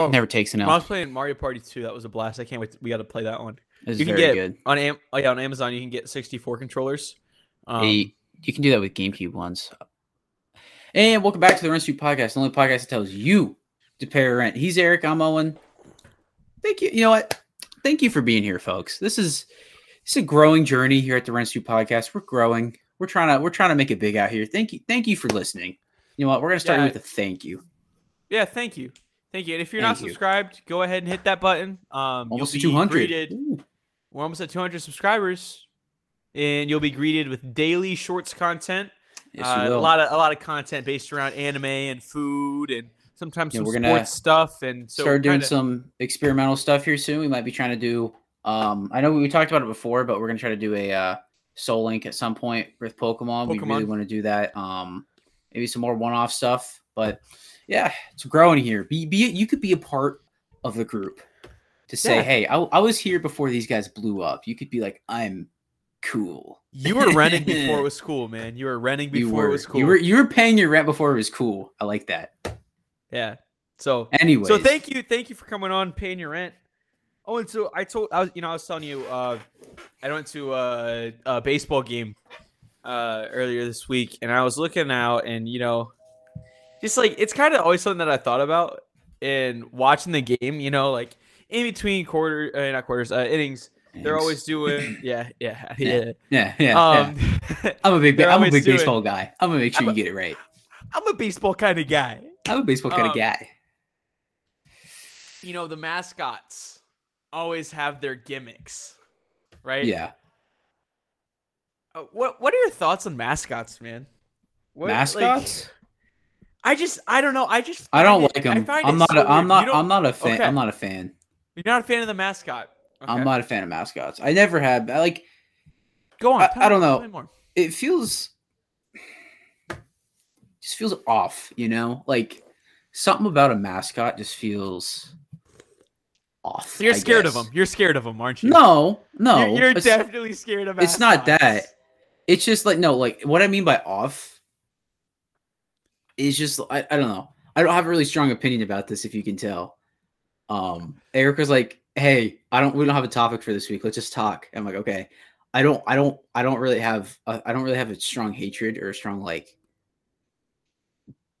Oh, Never takes an I was L. playing Mario Party 2. That was a blast. I can't wait. we got to play that one. It's you can very get good. on Am- oh, yeah, on Amazon. You can get 64 controllers. Um, Hey, you can do that with GameCube ones. And welcome back to the Rent Street Podcast, the only podcast that tells you to pay your rent. He's Eric. I'm Owen. Thank you. You know what? Thank you for being here, folks. This is it's a growing journey here at the Rent Street Podcast. We're growing. We're trying to we're trying to make it big out here. Thank you. Thank you for listening. You know what? We're gonna start Yeah. with a thank you. Yeah, thank you, thank you. And if you're not Thank you. subscribed, go ahead and hit that button. Um, Almost you'll at be 200. greeted- Ooh, We're almost at 200 subscribers, and you'll be greeted with daily shorts content. yes, Uh, you a will. lot of a lot of content based around anime and food, and sometimes Yeah, some we're sports gonna stuff. And so start doing kinda- some experimental stuff here soon. We might be trying to do. Um, I know we talked about it before, but we're gonna try to do a uh, Soul Link at some point with Pokemon. We really Pokemon. want to do that. Um, maybe some more one-off stuff, but yeah, it's growing here. Be, be you could be a part of the group to say, Yeah. hey, I, I was here before these guys blew up. You could be like, I'm cool. you were renting before it was cool, man. You were renting you before were, it was cool. you were you were paying your rent before it was cool. I like that. yeah. So Anyway, So thank you, thank you for coming on, paying your rent. Oh, and so I told I was, you know, I was telling you, uh, I went to a, a baseball game uh, earlier this week, and I was looking out, and you know, just like it's kind of always something that I thought about in watching the game. You know, like in between quarter, uh, not quarters, uh, innings, they're Thanks. always doing, yeah, yeah, yeah. yeah yeah. yeah. Um, I'm a big They're I'm a always big doing- baseball guy. I'm gonna make sure I'm you a- get it right. I'm a baseball kind of guy. I'm a baseball kind Um, of guy. You know, the mascots always have their gimmicks, right? Yeah, Uh, what What are your thoughts on mascots, man? What, like, mascots. I just I don't know. I just I don't find like it- I them. find I'm it not. so A, I'm weird. You not. don't- I'm not a fan. okay. I'm not a fan. You're not a fan of the mascot. Okay. I'm not a fan of mascots. I never have. I like. Go on. I- tell I me- don't tell know. me more. It feels. Just feels off, you know. Like something about a mascot just feels off. So you're I scared of guess. them. You're scared of them, aren't you? No, no. You're, you're it's- definitely scared of. it's not mascots. that. it's just like no like what i mean by off is just I, I don't know i don't have a really strong opinion about this if you can tell um erica's like hey i don't we don't have a topic for this week let's just talk i'm like okay i don't i don't i don't really have I i don't really have a strong hatred or a strong like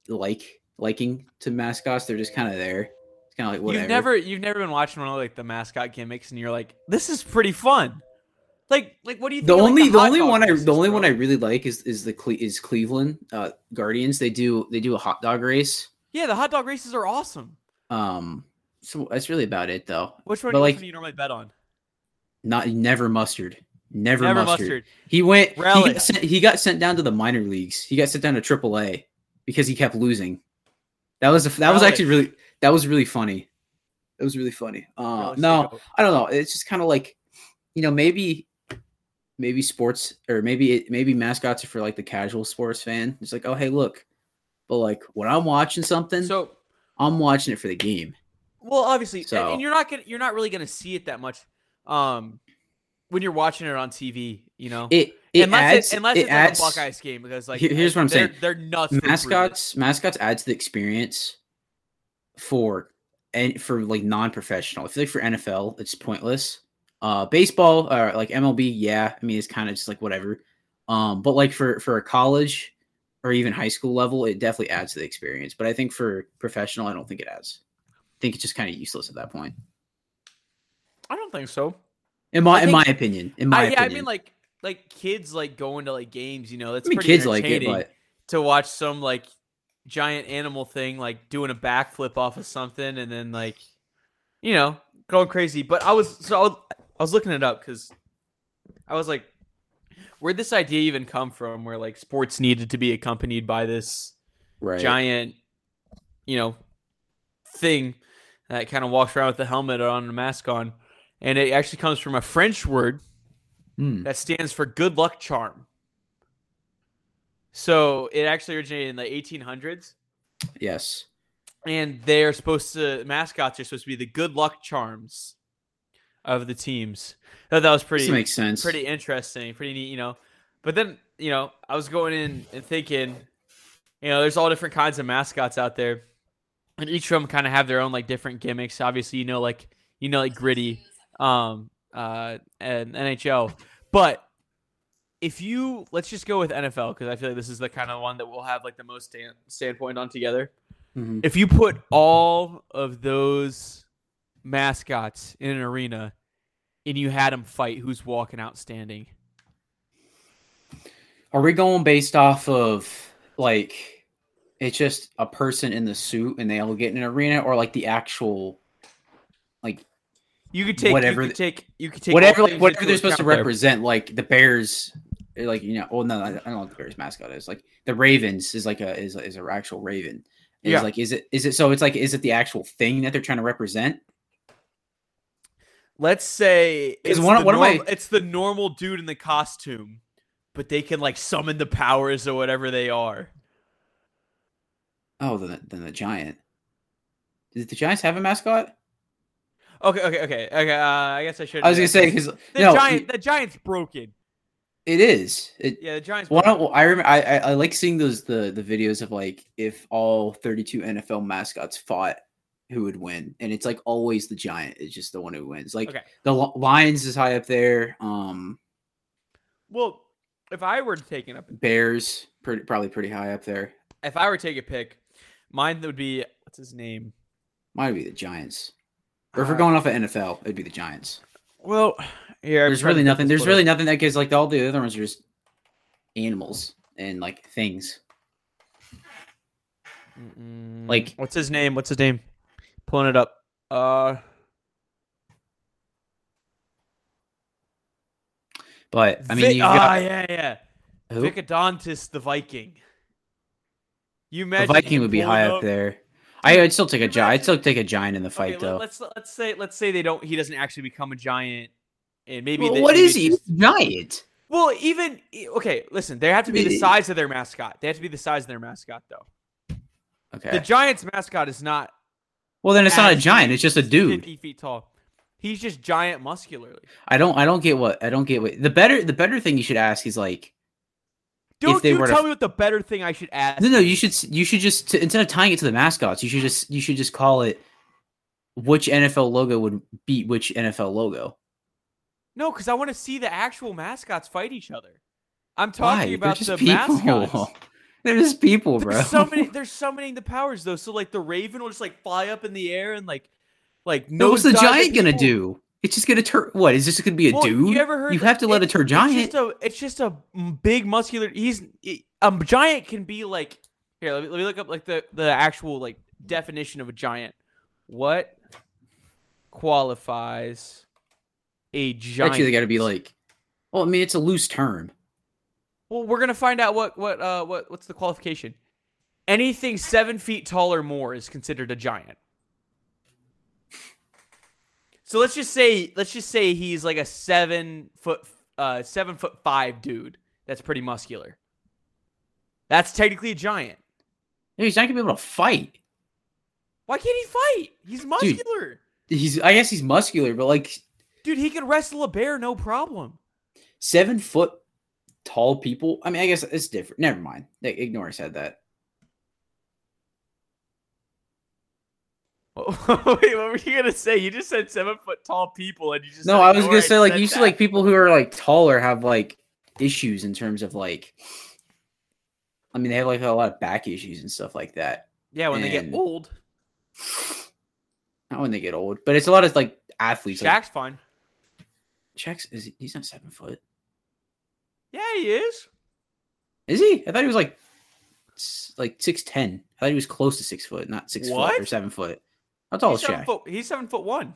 like liking to mascots they're just kind of there it's kind of like whatever You've never you've never been watching one of like the mascot gimmicks, and you're like, this is pretty fun. Like like what do you? Think the of, like, only the, hot only dog one I races, the only bro? one I really like is is the Cle- is Cleveland uh, Guardians. They do they do a hot dog race. yeah the hot dog races are awesome. Um, so that's really about it though. Which one? But, do you- which like, one do you normally bet on? Not never mustard, never, Never mustard. mustard. He went he Relic. got, sent, he got sent down to the minor leagues. He got sent down to AAA because he kept losing. That was a, that was Relic. actually really that was really funny. That was really funny. Uh, Realistic no, goat. I don't know. It's just kind of like, you know, maybe, maybe sports or maybe it, maybe mascots are for like the casual sports fan. It's like, oh hey, look. But like when I'm watching something, So I'm watching it for the game. Well, obviously, and- and, So- you're not gonna you're not really gonna see it that much um, when you're watching it on TV. You know, It it unless adds it, unless it it's adds like a Buckeyes game because like Here- here's what I'm they're, saying. they're nuts. for improvement. mascots mascots adds the experience for and for like non-professional. I feel like for NFL it's pointless. Uh baseball or like MLB, yeah. I mean it's kind of just like whatever. Um but like for for a college or even high school level, it definitely adds to the experience. But I think for professional, I don't think it adds. I think it's just kind of useless at that point. I don't think so. In my I in think- my opinion. In my I, yeah, opinion. I mean like like kids like going to like games. You know, that's I mean pretty kids like it, entertaining but to watch some like giant animal thing like doing a backflip off of something and then like you know going crazy. But I was so I was, I was looking it up because I was like, where'd this idea even come from? Where like sports needed to be accompanied by this right. giant, you know, thing that kind of walks around with a helmet on and a mask on, and it actually comes from a French word Hmm. that stands for good luck charm. So it actually originated in the 1800s, Yes. and they're supposed to mascots are supposed to be the good luck charms of the teams. I thought that was pretty This makes sense. pretty interesting, pretty neat, you know. But then, you know, I was going in and thinking, you know, there's all different kinds of mascots out there. and each of them kind of have their own like different gimmicks. Obviously, you know, like you know, like gritty, um, uh, and NHL. But if you let's just go with NFL because I feel like this is the kind of one that we'll have like the most stand- standpoint on together. Mhm. If you put all of those mascots in an arena and you had them fight, who's walking out standing? Are we going based off of like it's just a person in the suit and they all get in an arena, or like the actual You could take Whatever You the- could take you could take all whatever things like, whatever into they're supposed to account there. represent? Like the Bears, like you know, well no, I don't know what the Bears mascot is. Like the Ravens is like a is is an actual Raven. Is Yeah. like is it is it so it's like is it the actual thing that they're trying to represent? Let's say Because it's, one- the one of my- norm- it's the normal dude in the costume, but they can like summon the powers or whatever they are. Oh, then the, then the Giant. Did the Giants have a mascot? Okay, okay, okay, okay. Uh, I guess I should. I was gonna say because the no, giant. The giant's broken. it is. It, Yeah, the giant's. Well, I, Broken. don't- I remember I, I I like seeing those the the videos of like if all 32 NFL mascots fought who would win and it's like always the giant is just the one who wins like Okay. the Li- lions is high up there um Well, if I were to take an, bears pretty, probably pretty high up there if I were to take a pick, mine would be what's his name? might be the giants or if Uh, we're going off of NFL it'd be the giants Well, yeah. there's really nothing there's really nothing that gives like all the other ones are just animals and like things like- what's his name? What's his name? Pulling it up. Uh, but I mean Vic- you ah, got yeah, yeah. uh, who? Vicodontis the Viking. You The imagine Viking him would be pulling high up up- there. I, I'd still take a giant. I'd Imagine- still take a giant in the Okay, fight let, though. let's let's say let's say they don't. He doesn't actually become a giant, and maybe Well, they- what maybe is it's he? just- He's a giant. Well, even e- okay. Listen, they have to be Maybe. the size of their mascot. They have to be the size of their mascot, though. Okay. The Giants' mascot is not well, then it's not a Ash giant. It's just a dude. fifty feet tall. He's just giant muscularly. I don't. I don't get what. I don't get what. The better. The better thing you should ask is like. Don't they you were to- tell me what the better thing I should ask? No, no. You should. s- You should just instead of tying it to the mascots, you should just. You should just call it. Which NFL logo would beat which NFL logo? No, because I want to see the actual mascots fight each other. I'm talking Why? about They're the just people. mascots. They're just people, bro. There's summoning. They're summoning the powers though. So like the Raven will just like fly up in the air and like, like No, what's the nosedive at giant gonna people. do? It's just gonna turn. What is this gonna be a Well, dude? You ever heard? You the- have to let it- it turn giant. It's just a. It's just a m- big muscular. He's it- a giant can be like. Here, let me, let me look up like the the actual like definition of a giant. What qualifies a giant? Actually, they got to be like, well, I mean, it's a loose term. Well, we're gonna find out what what uh what what's the qualification. Anything seven feet tall or more is considered a giant. So let's just say let's just say he's like a seven foot uh seven foot five dude that's pretty muscular. That's technically a giant. Yeah, He's not gonna be able to fight. Why can't he fight? He's muscular. He's, I guess, he's muscular, but like Dude, he can wrestle a bear no problem. seven foot tall people. I mean, I guess it's different. Never mind. They- Ignore I said that. Wait, what were you gonna say? You just said seven foot tall people, and you just No, said I was ignore gonna say like said usually that. like people who are like taller have like issues in terms of like. I mean, they have like a lot of back issues and stuff like that. yeah when they get and- old. Not when they get old, but it's a lot of like athletes. Like, Shaq's fine. Shaq's is he- he's not seven foot, Yeah, he is. is he? I thought he was like s- like six ten. I thought he was close to six foot, not six foot or What? seven foot. That's all he's seven Oh, Shaq. foot. He's seven foot one.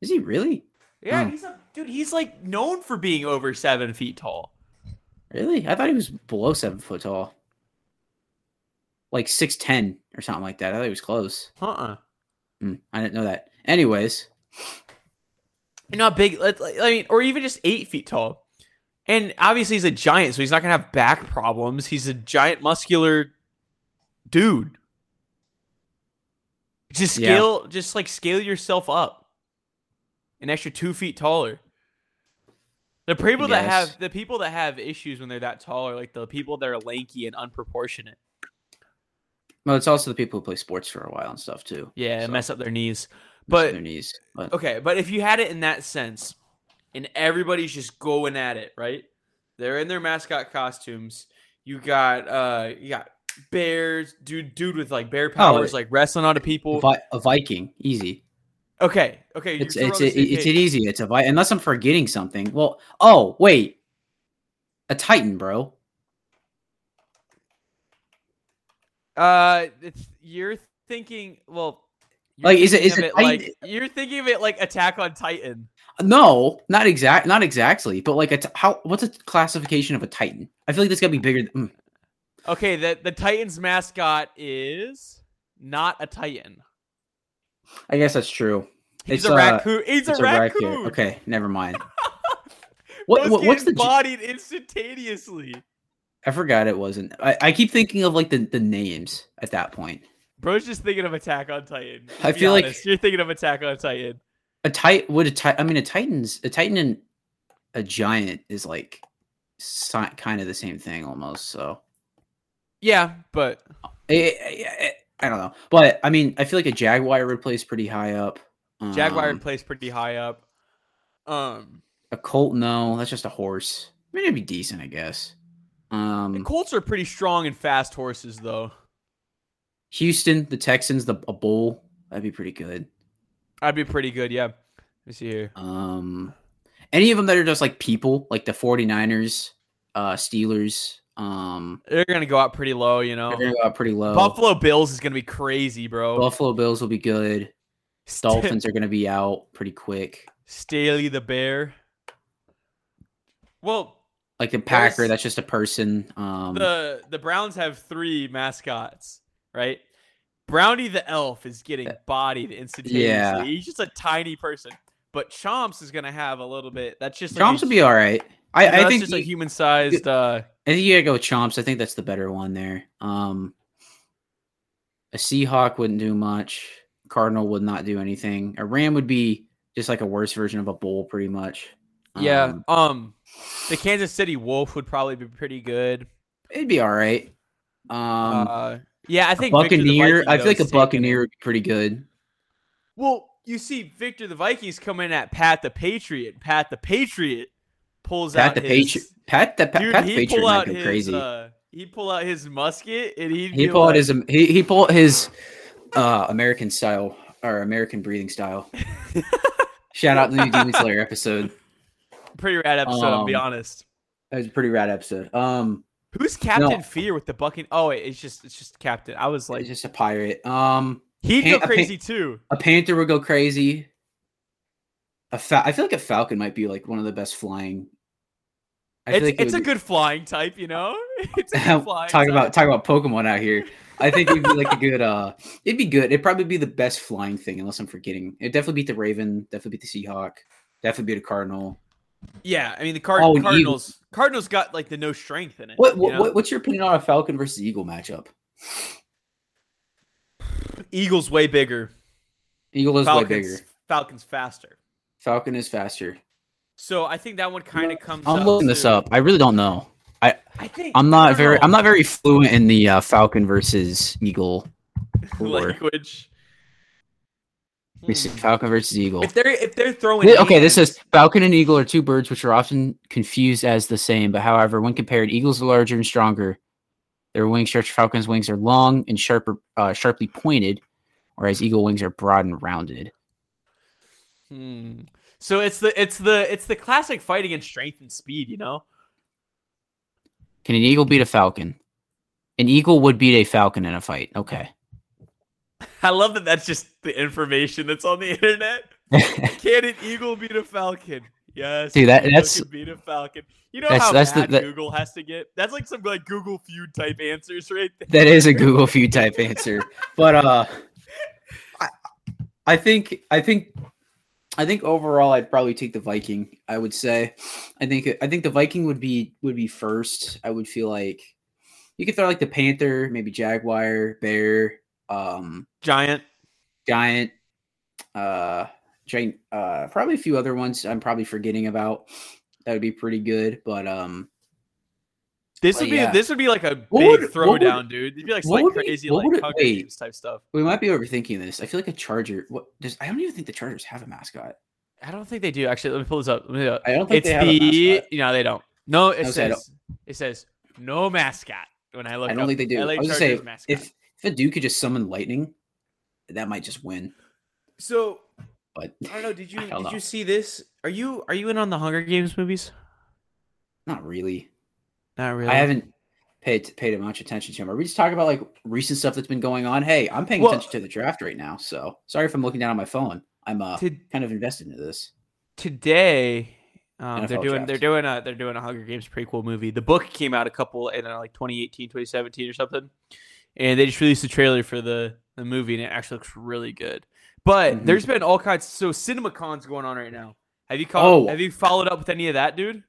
Is he really? Yeah, Hmm. he's a dude. He's like known for being over seven feet tall. Really? I thought he was below seven foot tall. Like six ten or something like that. I thought he was close. Uh uh Hmm, I didn't know that. Anyways, Not big. let- like, I mean, or even just eight feet tall. And obviously, he's a giant, so he's not gonna have back problems. He's a giant, muscular dude. Just Yeah. scale, just like scale yourself up, an extra two feet taller. The people that guess. have the people that have issues when they're that tall are like the people that are lanky and unproportionate. Well, it's also the people who play sports for a while and stuff too. Yeah, So- mess up their knees. Mess with But their knees. But Okay, but if you had it in that sense, and everybody's just going at it, right? They're in their mascot costumes. You got uh you got bears, dude dude with like Oh, bear powers, like wrestling onto people. Vi- a Viking, easy. Okay, okay, It's you're it's sort of it, on the same it's page. an easy. It's a Vi- unless I'm forgetting something. Well, oh wait, a Titan, bro. Uh, it's you're thinking well, you're Like, is it- thinking is of it like Titan- you're thinking of it like Attack on Titan? No, not exact, not exactly. But like, a t- how? What's a classification of a Titan? I feel like this got to be bigger. Than, mm. Okay, the the Titans mascot is not a Titan. I guess that's true. He's It's, a uh, raccoon. He's It's a raccoon. Okay, never mind. Those What, what what's get the? G- bodied instantaneously? I forgot it wasn't. I, I keep thinking of like the the names at that point. Bro's just thinking of Attack on Titan. to I be feel like- honest. you're thinking of Attack on Titan. A tight would a tight. I mean, a Titan's a Titan and a giant is like si- kind of the same thing almost. So Yeah, but I- I, I, I don't know, but I mean, I feel like a Jaguar would place pretty high up. Jaguar Um, plays pretty high up. Um, a Colt, no, that's just a horse. I mean, it'd be decent, I guess. the Um, Colts are pretty strong and fast horses, though. Houston, the Texans, the a bull, that'd be pretty good. I'd be pretty good. Yeah. Let me see here. Um, any of them that are just like people, like the 49ers, uh, Steelers, um, They're gonna go out pretty low, you know. they're gonna go out pretty low. Oh. Buffalo Bills is gonna be crazy, bro. Buffalo Bills will be good. St- Dolphins are going to be out pretty quick. Staley the Bear. Well, Like the Packer, Yes. that's just a person. Um, the the Browns have three mascots, right? Brownie the elf is getting Uh, bodied instantaneously. He's just a tiny person. But Chomps is gonna have a little bit. That's just Chomps like a, will be all right. I, you know, I that's think just a you- human sized. Uh, I think you gotta go with Chomps. I think that's the better one there. Um, a Seahawk wouldn't do much. Cardinal would not do anything. A Ram would be just like a worse version of a bull, pretty much. yeah. Um, Um, the Kansas City Wolf would probably be pretty good. it'd be all right. Um, uh, yeah, I a think Victor the Buccaneer. Viking, I though, feel like a is taken it. Buccaneer would be pretty good. Well, you see Victor the Vikings come in at Pat the Patriot. Pat the Patriot pulls Pat out the his, Patriot. Pat the Pa- Dude, Pat the he'd Patriot pull might out go his crazy. uh, he'd pull out his musket and he'd he be pulled like, his um, he he pulled his uh American style or American breathing style. Shout out to the new Demon Slayer episode. pretty rad episode. I'll be Um, honest. That was a pretty rad episode. Um, Who's Captain no. Fear with the bucket? Oh, wait, it's just it's just Captain. I was like like, just a pirate. Um, he'd go Pan- a pan- crazy too. a panther would go crazy. A fa- I feel like a falcon might be like one of the best flying. I It's, like it it's a would be- good flying type, you know. It's a good flying talk about type. talk about Pokemon out here. I think it'd be like a good. Uh, it'd be good. It'd probably be the best flying thing, unless I'm forgetting. It'd definitely beat the Raven. Definitely beat the Seahawk. Definitely beat a Cardinal. Yeah, I mean the Card- Oh, and Cardinals. Eagles. Cardinals got like the no strength in it. What, you what, know? what what's your opinion on a Falcon versus Eagle matchup? Eagles way bigger. Eagle is Falcons way bigger. Falcons faster. Falcon is faster. So I think that one kind of comes. I'm up looking this to- up. I really don't know. I think I'm I not don't very know. I'm not very fluent in the uh, Falcon versus Eagle. lore. language. Let me see. Hmm. Falcon versus Eagle. If they're if they're throwing Thi- Okay, this hands- is Falcon and Eagle are two birds which are often confused as the same, but however, when compared, eagles are larger and stronger. Their wing stretch falcon's wings are long and sharper uh, sharply pointed, whereas eagle wings are broad and rounded. Hmm. So it's the it's the it's the classic fight against strength and speed, you know. Can an eagle beat a falcon? An eagle would beat a falcon in a fight. Okay. I love that that's just the information that's on the internet. Can an eagle beat a falcon? Yes. Dude, that- an eagle that's- can beat a falcon. You know that's- how that's the- mad that- Google has to get. That's like some like Google feud type answers right there. that is a Google feud type answer. But uh I, I think I think I think overall I'd probably take the Viking, I would say. I think I think the Viking would be would be first. I would feel like you could throw like the Panther, maybe Jaguar, Bear, um, Giant. Giant, uh Giant uh probably a few other ones I'm probably forgetting about. That would be pretty good. But um This would But be yeah. this would be like a big What would- what throwdown, dude. It'd be like what like would be- crazy what would like it- Hunger wait. Games type stuff. We might be overthinking this. I feel like a Charger. What does? I don't even think the Chargers have a mascot. I don't think they do. Actually, let me pull this up. Let me uh, look. I don't think It's they have a the mascot. no, they don't. No, it I was gonna say, I says it says no mascot. When I look, I don't up think they do. LA I was gonna Chargers say mascot. if if a dude could just summon lightning, that might just win. so, But I don't know. Did you I did don't know. you see this? Are you are you in on the Hunger Games movies? not really. Not really. I haven't paid paid much attention to him. Are we just talking about like recent stuff that's been going on? Hey, I'm paying Well- attention to the draft right now. So sorry if I'm looking down on my phone. I'm uh, To- kind of invested into this. today um, they're NFL doing they're draft. doing a they're doing a Hunger Games prequel movie. The book came out a couple in uh, like 2018, 2017 or something, and they just released a trailer for the the movie, and it actually looks really good. But Mhm. there's been all kinds so CinemaCon's going on right now. Have you caught, Oh. Have you followed up with any of that, dude?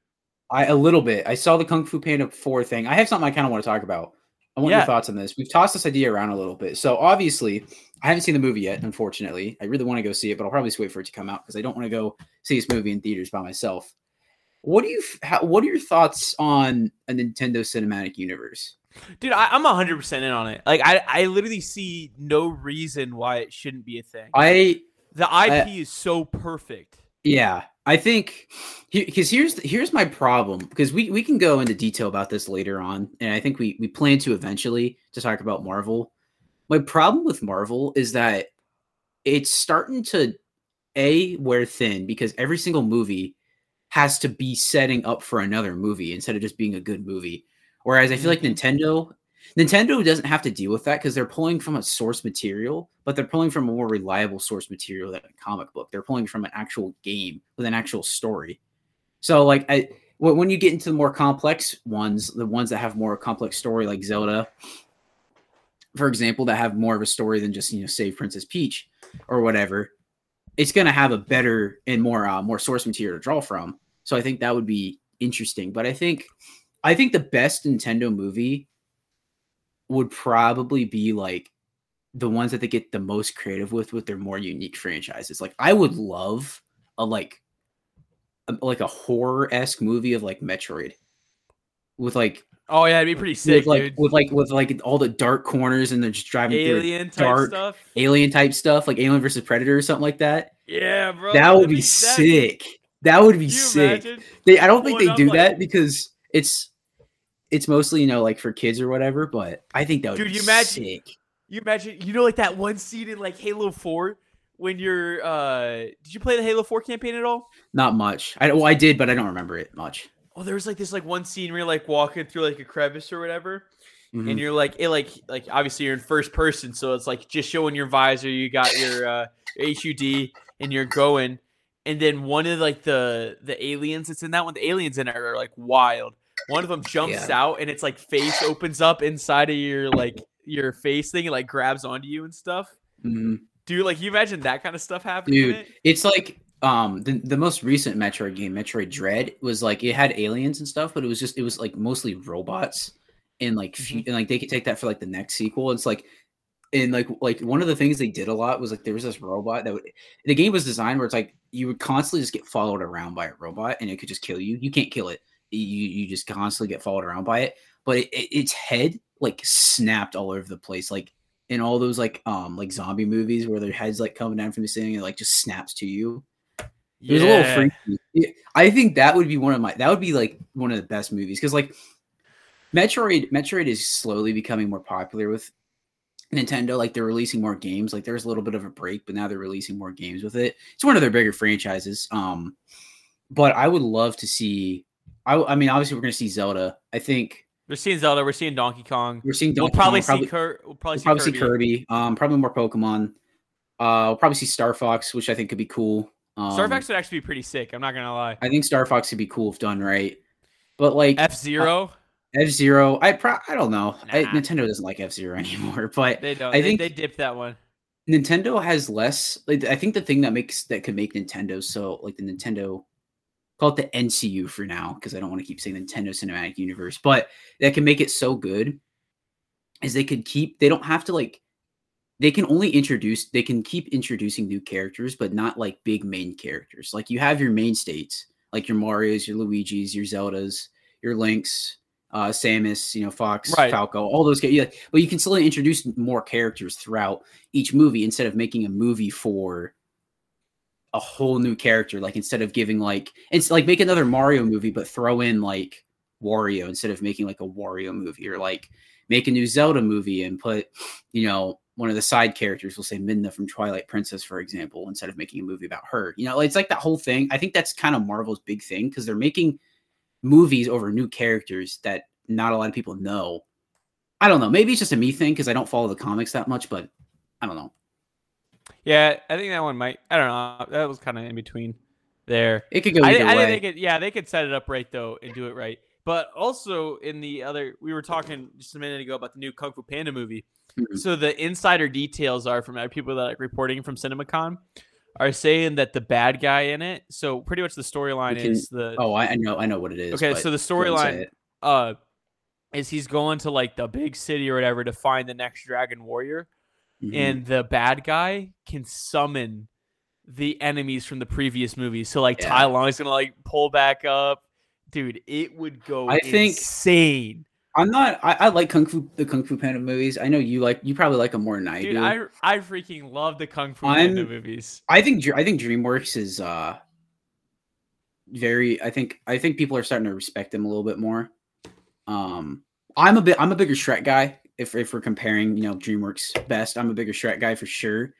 I a little bit. I saw the Kung Fu Panda four thing. I have something I kind of want to talk about. I want Yeah. your thoughts on this. We've tossed this idea around a little bit. So obviously, I haven't seen the movie yet. Unfortunately, I really want to go see it, but I'll probably just wait for it to come out because I don't want to go see this movie in theaters by myself. What do you? f- How, what are your thoughts on a Nintendo Cinematic Universe? Dude, I, I'm 100 percent in on it. Like I I literally see no reason why it shouldn't be a thing. I the IP is so perfect. Yeah, I think because here's here's my problem because we we can go into detail about this later on, and I think we we plan to eventually to talk about Marvel. My problem with Marvel is that it's starting to a wear thin because every single movie has to be setting up for another movie instead of just being a good movie. Whereas I feel like Nintendo Nintendo doesn't have to deal with that because they're pulling from a source material, but they're pulling from a more reliable source material than a comic book. They're pulling from an actual game with an actual story. So, like, I when when you get into the more complex ones, the ones that have more complex story, like Zelda, for example, that have more of a story than just you know save Princess Peach or whatever, it's gonna have a better and more uh, more source material to draw from. So I think that would be interesting. But I think I think the best Nintendo movie would probably be like the ones that they get the most creative with with their more unique franchises. Like I would love a like a, like a horror esque movie of like Metroid with like Oh yeah, it'd be pretty sick, with like dude. with like with like all the dark corners and they're just driving through Alien type dark- stuff. alien type stuff like Alien versus Predator or something like that. Yeah, bro. that would that'd be that- sick. That would be Can you sick. imagine? They I don't think Pulling they up, do like- that because it's it's mostly you know like for kids or whatever. But I think that would Dude, be you imagine- sick. You imagine, you know, like that one scene in like Halo Four when you're. uh Did you play the Halo Four campaign at all? Not much. I well I did, but I don't remember it much. Oh, there was like this like one scene where you're like walking through like a crevice or whatever, Mhm. and you're like it like like obviously you're in first person, so it's like just showing your visor. You got your uh HUD and you're going, and then one of like the the aliens that's in that one, the aliens in it are like wild. One of them jumps Yeah. out and it's like face opens up inside of your like your face thing, and like grabs onto you and stuff. Mhm. Dude, like you imagine that kind of stuff happening. in Dude, it? It's like um the, the most recent Metroid game, Metroid Dread, was like it had aliens and stuff, but it was just it was like mostly robots and like fu- and like they could take that for like the next sequel. It's like and like like one of the things they did a lot was like there was this robot that would the game was designed where it's like you would constantly just get followed around by a robot and it could just kill you. You can't kill it. You you just constantly get followed around by it. But it, it, its head like snapped all over the place. Like in all those like um like zombie movies where their heads like coming down from the ceiling and like just snaps to you. It was a Yeah. little freaky. It- I think that would be one of my that would be like one of the best movies because like Metroid Metroid is slowly becoming more popular with Nintendo. Like they're releasing more games. Like there's a little bit of a break, but now they're releasing more games with it. It's one of their bigger franchises. Um, but I would love to see. I, I mean, obviously we're gonna see Zelda. I think We're seeing Zelda. We're seeing Donkey Kong. we're seeing. we'll Donkey Kong, probably, we're see Cur- We'll probably, We'll probably see Kirby. Kirby. Um, probably more Pokemon. Uh, we'll probably see Star Fox, which I think could be cool. Um, Star Fox would actually be pretty sick. I'm not gonna lie. I think Star Fox could be cool if done right. But like F Zero. F Zero, I pro- I don't know. I, Nah. Nintendo doesn't like F Zero anymore, but They don't. I they, think- they dipped that one. Nintendo has less. Like, I think the thing that makes that could make Nintendo so like the Nintendo, call it the NCU for now because I don't want to keep saying Nintendo Cinematic Universe, but that can make it so good is they could keep. They don't have to like. They can only introduce. They can keep introducing new characters, but not like big main characters. Like you have your main states, like your Mario's, your Luigi's, your Zeldas, your Links, uh, Samus, you know, Fox, Right. Falco, all those guys. Yeah, but you can still introduce more characters throughout each movie instead of making a movie for a whole new character. Like instead of giving like it's like make another Mario movie, but throw in like Wario instead of making like a Wario movie or like make a new Zelda movie and put you know one of the side characters will say Midna from Twilight Princess for example instead of making a movie about her. You know, it's like that whole thing. I think that's kind of Marvel's big thing because they're making movies over new characters that not a lot of people know. I don't know. Maybe it's just a me thing because I don't follow the comics that much, but I don't know. Yeah, I think that one might. I don't know. That was kind of in between there. It could go I, either I way. think they could. Yeah, they could set it up right though and do it right. But also in the other, we were talking just a minute ago about the new Kung Fu Panda movie. Mhm. So the insider details are from other people that are reporting from CinemaCon are saying that the bad guy in it. So pretty much the storyline We can- is the oh, I, I know. I know what it is. okay. but So the go ahead and say storyline it. uh is he's going to like the big city or whatever to find the next dragon warrior Mhm. and the bad guy can summon the enemies from the previous movie so like Yeah. tai long is gonna like pull back up dude it would go I think- insane I'm not. I, I like kung fu. The kung fu panda movies. I know you like. You probably like them more than I dude do. i i freaking love the kung fu Panda I'm- movies I think Dr- I think DreamWorks is uh very I think I think people are starting to respect them a little bit more. Um I'm a bit I'm a bigger Shrek guy if if we're comparing, you know, DreamWorks best. I'm a bigger Shrek guy for sure.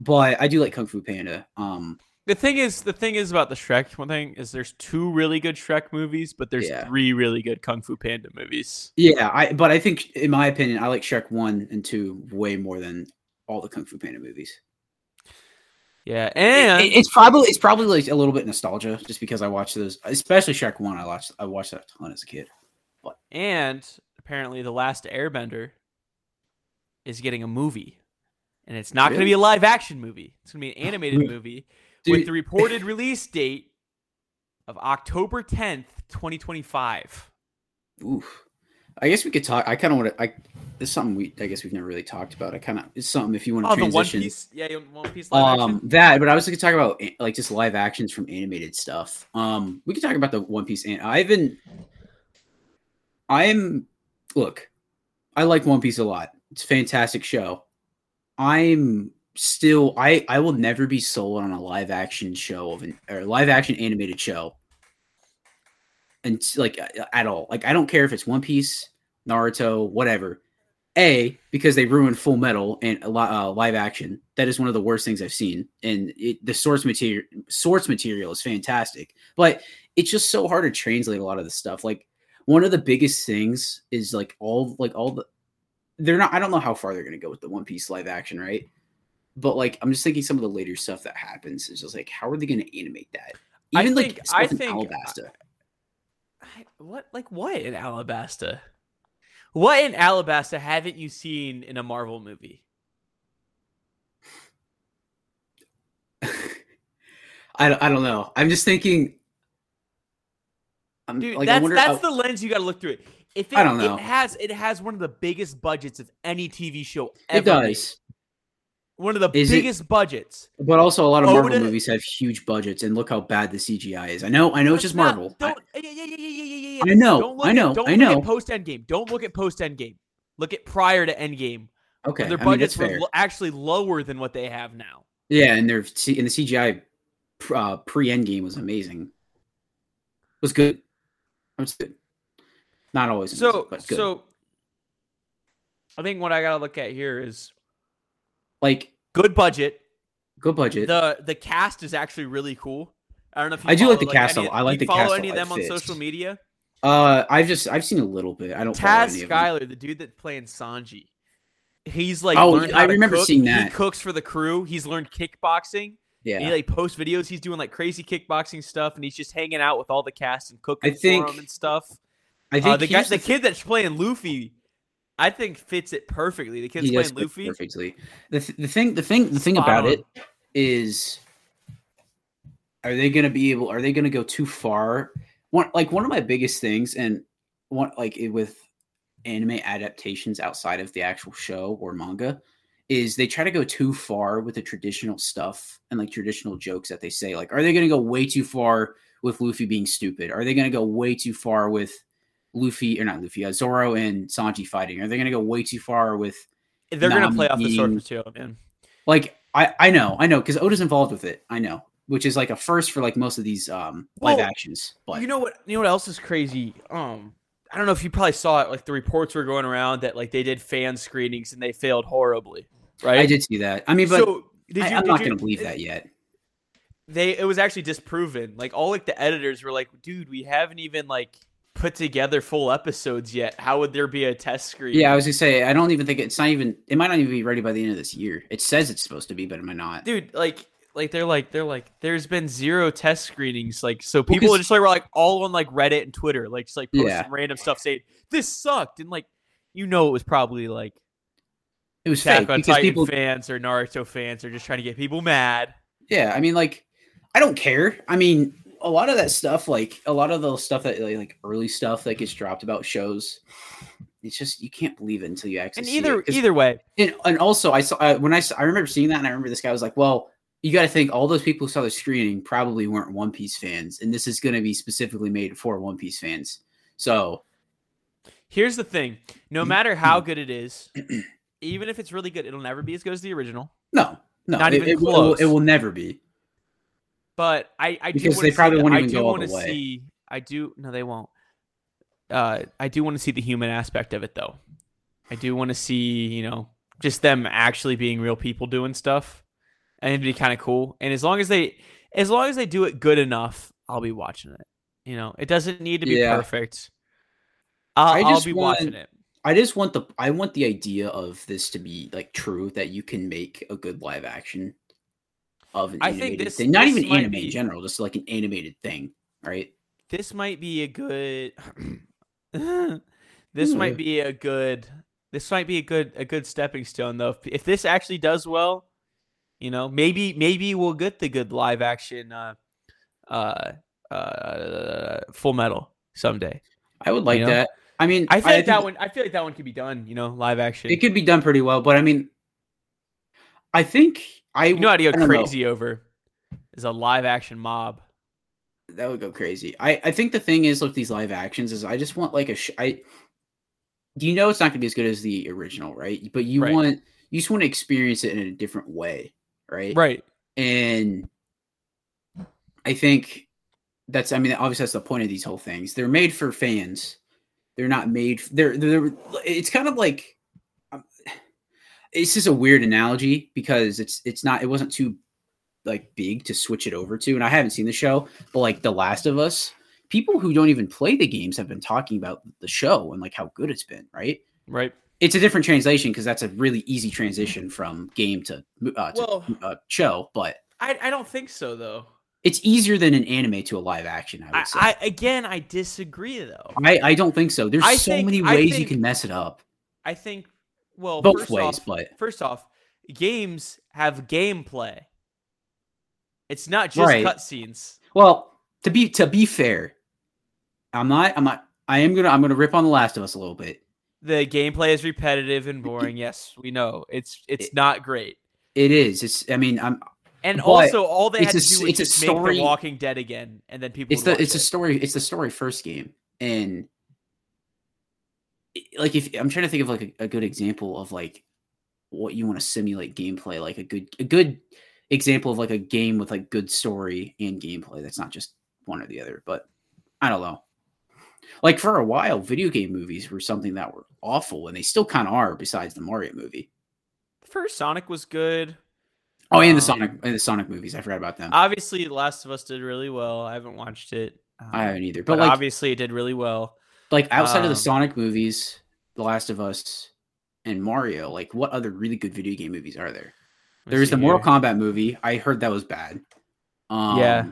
But I do like Kung Fu Panda. Um the thing is the thing is about the shrek one thing is there's two really good shrek movies but there's Yeah. three really good kung fu panda movies yeah, I but I think in my opinion I like Shrek 1 and 2 way more than all the Kung Fu Panda movies. yeah It- and it- it's probably it's probably like a little bit nostalgia just because I watched those especially Shrek 1 I watched I watched that a ton as a kid. And apparently, The Last Airbender is getting a movie. And it's not going to Really? be a live action movie. It's going to be an animated Really? movie with Dude, the reported release date of October 10th, 2025. Oof. I guess we could talk. I kind of want to. I this is something we. I guess we've never really talked about. I kind of it's something if you want to Oh, the One transition. Piece. Yeah, you want One Piece live um, action. that. But I was going to talk about eh, like just live actions from animated stuff. Um, we could talk about the One Piece. And I've been. I'm. Look, I like One Piece a lot. It's a fantastic show. I'm still. I I will never be sold on a live action show of an or live action animated show. And s- like uh, at all. Like I don't care if it's One Piece, Naruto, whatever. A because they ruined Full Metal and a lot uh, live action. That is one of the worst things I've seen. And it, the source material source material is fantastic, but it's just so hard to translate a lot of the stuff. Like one of the biggest things is like all like all the they're not. I don't know how far they're gonna go with the One Piece live action, right? But like I'm just thinking some of the later stuff that happens is just like how are they gonna animate that? I Even think- like I stuff in think- Alabasta. I- What? Like, what in Alabasta? What in Alabasta haven't you seen in a Marvel movie? I don't, I don't know. I'm just thinking. I'm, Dude, like, I that's wonder that's how- the lens you got to look through it. If it, I don't know. it has it has one of the biggest budgets of any TV show ever. it made. does, One of the Is it- biggest budgets. but also a lot of Oda- Marvel movies have huge budgets, and look how bad the CGI is. I know, I know, it's just That's not- Marvel. I- Don't, yeah, yeah, yeah, yeah, yeah, yeah, yeah. I know, Don't look I know, At, don't I look know. at post Endgame. Don't look at post Endgame. Look at prior to Endgame. okay, Their I mean, that's budgets fair. were lo- actually lower than what they have now. yeah, and their C- and the CGI pr- uh, pre Endgame was amazing. was good. It was good. Not always amazing, So but good. so, I think what I got to look at here is like good budget. good budget. the the cast is actually really cool. I don't know if you I do like follow, the cast a any- lot. I like you the follow cast a any of lot. them on Fist. social media. uh, I've just I've seen a little bit. I don't. follow any Taz of them. Skyler, the dude that playing Sanji, he's like Oh, learned I how to remember cook. seeing He that. cooks for the crew. He's learned kickboxing. Yeah, And he like posts videos. He's doing like crazy kickboxing stuff, and he's just hanging out with all the cast and cooking I think- for 'em and stuff. I Uh, think the guy, here's the kid that's playing Luffy, I think fits it perfectly. The kid's He does playing fit Luffy. perfectly. The, th- the thing the thing the thing Spot about on. it is are they going to be able are they going to go too far? One like one of my biggest things and one like it- with anime adaptations outside of the actual show or manga is they try to go too far with the traditional stuff and like traditional jokes that they say like are they going to go way too far with Luffy being stupid? Are they going to go way too far with Luffy or not Luffy, uh, Zoro and Sanji fighting? Are they going to go way too far with They're gonna play off the sword Nami. material, man. like I I know I know because Oda's involved with it. I know, which is like a first for like most of these um live Well, actions. But You know what? You know what else is crazy? Um, I don't know if you probably saw it. Like the reports were going around that like they did fan screenings and they failed horribly, right? I did see that. I mean, but so did you? I, am did not you- going to believe that yet. They it was actually disproven. Like all like the editors were like, "Dude, we haven't even like put together full episodes yet. How would there be a test screen?" Yeah, I was gonna say I don't even think it's not even. It might not even be ready by the end of this year. It says it's supposed to be, but it might not. dude, like. Like they're like they're like there's been zero test screenings like so Well, people 'cause- just like were like all on like Reddit and Twitter like just like posting Yeah. random stuff saying this sucked and like you know it was probably like It was Attack fake on because Titan people. fans or Naruto fans are just trying to get people mad. Yeah, I mean, like I don't care. I mean, a lot of that stuff, like a lot of the stuff that like, like early stuff that gets dropped about shows. It's just you can't believe it until you actually. And see it, either 'cause- either way, and, and also I saw uh, when I saw, I remember seeing that and I remember this guy was like, well, you got to think all those people who saw the screening probably weren't One Piece fans, and this is going to be specifically made for One Piece fans. So here's the thing: no matter how good it is, even if it's really good, it'll never be as good as the original. no, no, Not it, even it will- it will- close. it will never be. But I, I do Because wanna they probably see, won't I even do go all wanna the way. See, I do no, they won't. Uh, I do want to see the human aspect of it, though. I do want to see you know just them actually being real people doing stuff, and it'd be kind of cool. And as long as they, as long as they do it good enough, I'll be watching it. You know, it doesn't need to be Yeah. perfect. I'll, I I'll just be want- watching it. I just want the I want the idea of this to be like true that you can make a good live action of an I think animated this- thing, not this even might anime be- in general, just like an animated thing, right? This might be a good. this might Mm. be a good. This might be a good a good stepping stone though. If, if this actually does well, you know, maybe maybe we'll get the good live action uh, uh, uh, Full Metal someday. I would like know? that. I mean, I feel like that think one. I feel like that one could be done. You know, live action. it could be done pretty well, but I mean, I think I you know how to I go don't know. crazy over is a live action mob. that would go crazy. I I think the thing is with these live actions is I just want like a sh- I you know it's not going to be as good as the original, right? But you Right. want you just want to experience it in a different way, right? Right. and I think that's I mean obviously that's the point of these whole things. They're made for fans. They're not made. f- They're they're. It's kind of like um, it's just a weird analogy because it's it's not it wasn't too like big to switch it over to. And I haven't seen the show, but like The Last of Us, people who don't even play the games have been talking about the show and like how good it's been, right? Right. It's a different translation because that's a really easy transition from game to, uh, to Well, uh, show, but I I don't think so though. it's easier than an anime to a live action. I I, would say. I, I again I disagree though. I, don't think so. There's I so think- many I ways you think- can mess it up I think well both first ways, off, but first off, games have gameplay. It's not just Right. cutscenes. well, to be to be fair, I'm not. I'm not. I am gonna. I'm gonna rip on The Last of Us a little bit. The gameplay is repetitive and boring. Yes, we know it's it's It- not great. It is. It's. I mean, I'm. And but also, all they it's had a to s- do was it's a just make story- The Walking Dead again, and then people. It's would the. It's a watch story. It's the story first game, and it- like if I'm trying to think of like a, a good example of like what you want to simulate gameplay, like a good a good example of like a game with like good story and gameplay. That's not just one or the other, but I don't know. Like for a while, video game movies were something that were awful, and they still kind of are. Besides the Mario movie, it. First Sonic was good. oh, and Um, the Sonic and the Sonic movies, I forgot about Uh, them. I, Obviously, The Last of Us did really well. I haven't watched it, um, haven't either, but but, like obviously, it did really well. like outside of um, the Sonic movies, The Last of Us, and Mario, like what other really good video game movies are there? Let me There was see the Mortal here. Kombat movie. I heard that was bad. Um, Yeah.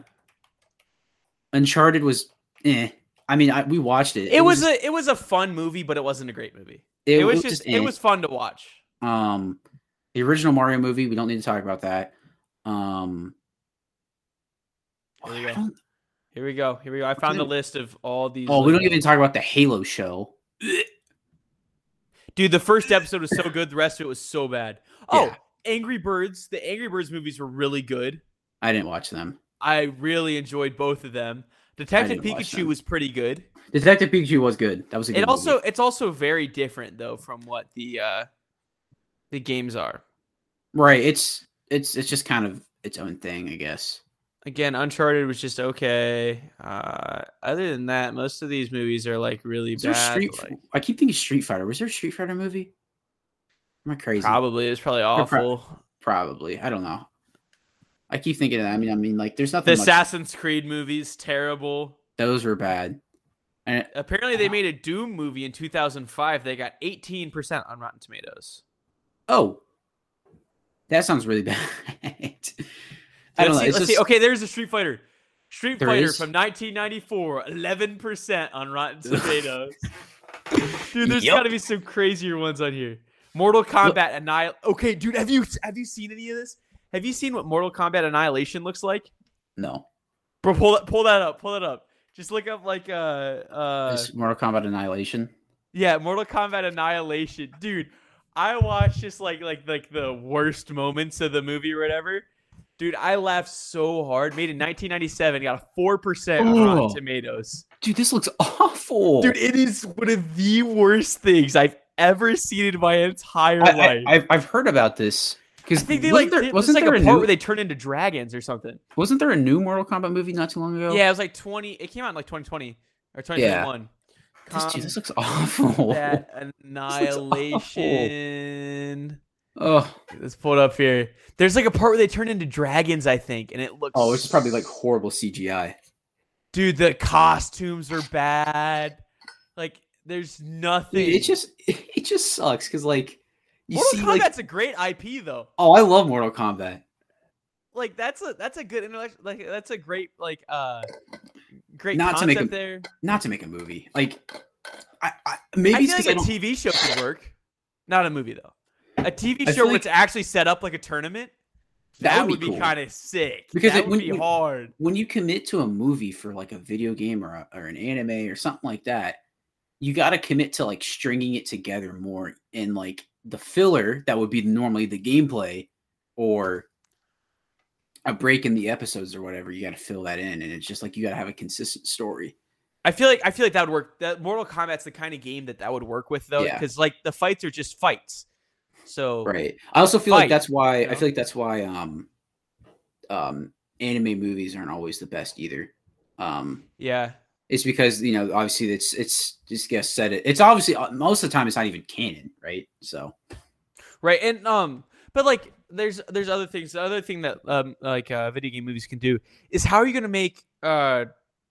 Uncharted was. Eh. I mean, I, we watched it. It was a it was a fun movie, but it wasn't a great movie. It, it was just eh. it was fun to watch. Um, the original Mario movie. We don't need to talk about that. Um. There I you go. don't- Here we go. Here we go. I found a did- list of all these. oh, we don't little- even talk about the Halo show. Dude, the first episode was so good. The rest of it was so bad. Oh, Yeah. Angry Birds. The Angry Birds movies were really good. I didn't watch them. I really enjoyed both of them. Detective didn't watch Pikachu them. was pretty good. Detective Pikachu was good. That was a good. It also movie. it's also very different though from what the uh the games are. right. It's it's it's just kind of its own thing, I guess. Again, Uncharted was just okay. Uh other than that, most of these movies are like really Is there bad. Street? like, I keep thinking Street Fighter. Was there a Street Fighter movie? Am I crazy? probably it's probably They're pro- awful. Probably. I don't know. I keep thinking of that. I mean, I mean, like, there's the nothing. Much, Assassin's Creed movies terrible. those were bad. And Apparently, they Wow. made a Doom movie in 2005. They got 18% on Rotten Tomatoes. oh, that sounds really bad. I don't Let's know. see, it's let's see. just- Okay, there's a Street Fighter. Street There Fighter is? from 1994, 11% on Rotten Tomatoes. dude, there's Yup. got to be some crazier ones on here. Mortal Kombat Annihil. Okay, dude, have you have you seen any of this? Have you seen what Mortal Kombat Annihilation looks like? No, Bro, pull that pull that up. Pull that up. Just look up like uh uh it's Mortal Kombat Annihilation. Yeah, Mortal Kombat Annihilation, dude. I watched just like like like the worst moments of the movie or whatever. Dude, I laughed so hard. Made in 1997, got a four percent on Rotten Oh. Tomatoes. Dude, this looks awful. Dude, it is one of the worst things I've ever seen in my entire I, life. I, I, I've, I've heard about this because think they wasn't like there, there, wasn't like there a, a, part new where they turn into dragons or something. wasn't there a new Mortal Kombat movie not too long ago? Yeah, it was like 20. It came out in like 2020 or 2021. this, dude, this looks awful. Combat Annihilation. Oh, Let's pull it up here. There's like a part where they turn into dragons, I think, and it looks. oh, it's probably like horrible CGI. Dude, the costumes are bad. Like, there's nothing. Dude, it just it just sucks because like you Mortal see like Kombat's a great IP though. oh I love Mortal Kombat. Like that's a that's a good intellectual. Like that's a great like uh great Not to make concept a- there. Not to make a movie like I, I I maybe feel it's 'cause like I a don't- TV show could work, not a movie though. A TV I show feel where like- it's actually set up like a tournament. That would be cool. kind of sick. Because that it- would when be you- hard. when you commit to a movie for like a video game or a, or an anime or something like that, you got to commit to like stringing it together more and like the filler that would be normally the gameplay or a break in the episodes or whatever. You got to fill that in, and it's just like you got to have a consistent story. I feel like I feel like that would work. That Mortal Kombat's the kind of game that that would work with though, Yeah. because like the fights are just fights. So Right. I also feel Fight, like that's why you know? I feel like that's why um um anime movies aren't always the best either. Um yeah, it's because you know obviously it's it's just guess said it it's obviously uh, most of the time it's not even canon right so right. And um, but like there's there's other things. The other thing that um like uh, video game movies can do is how are you gonna make uh,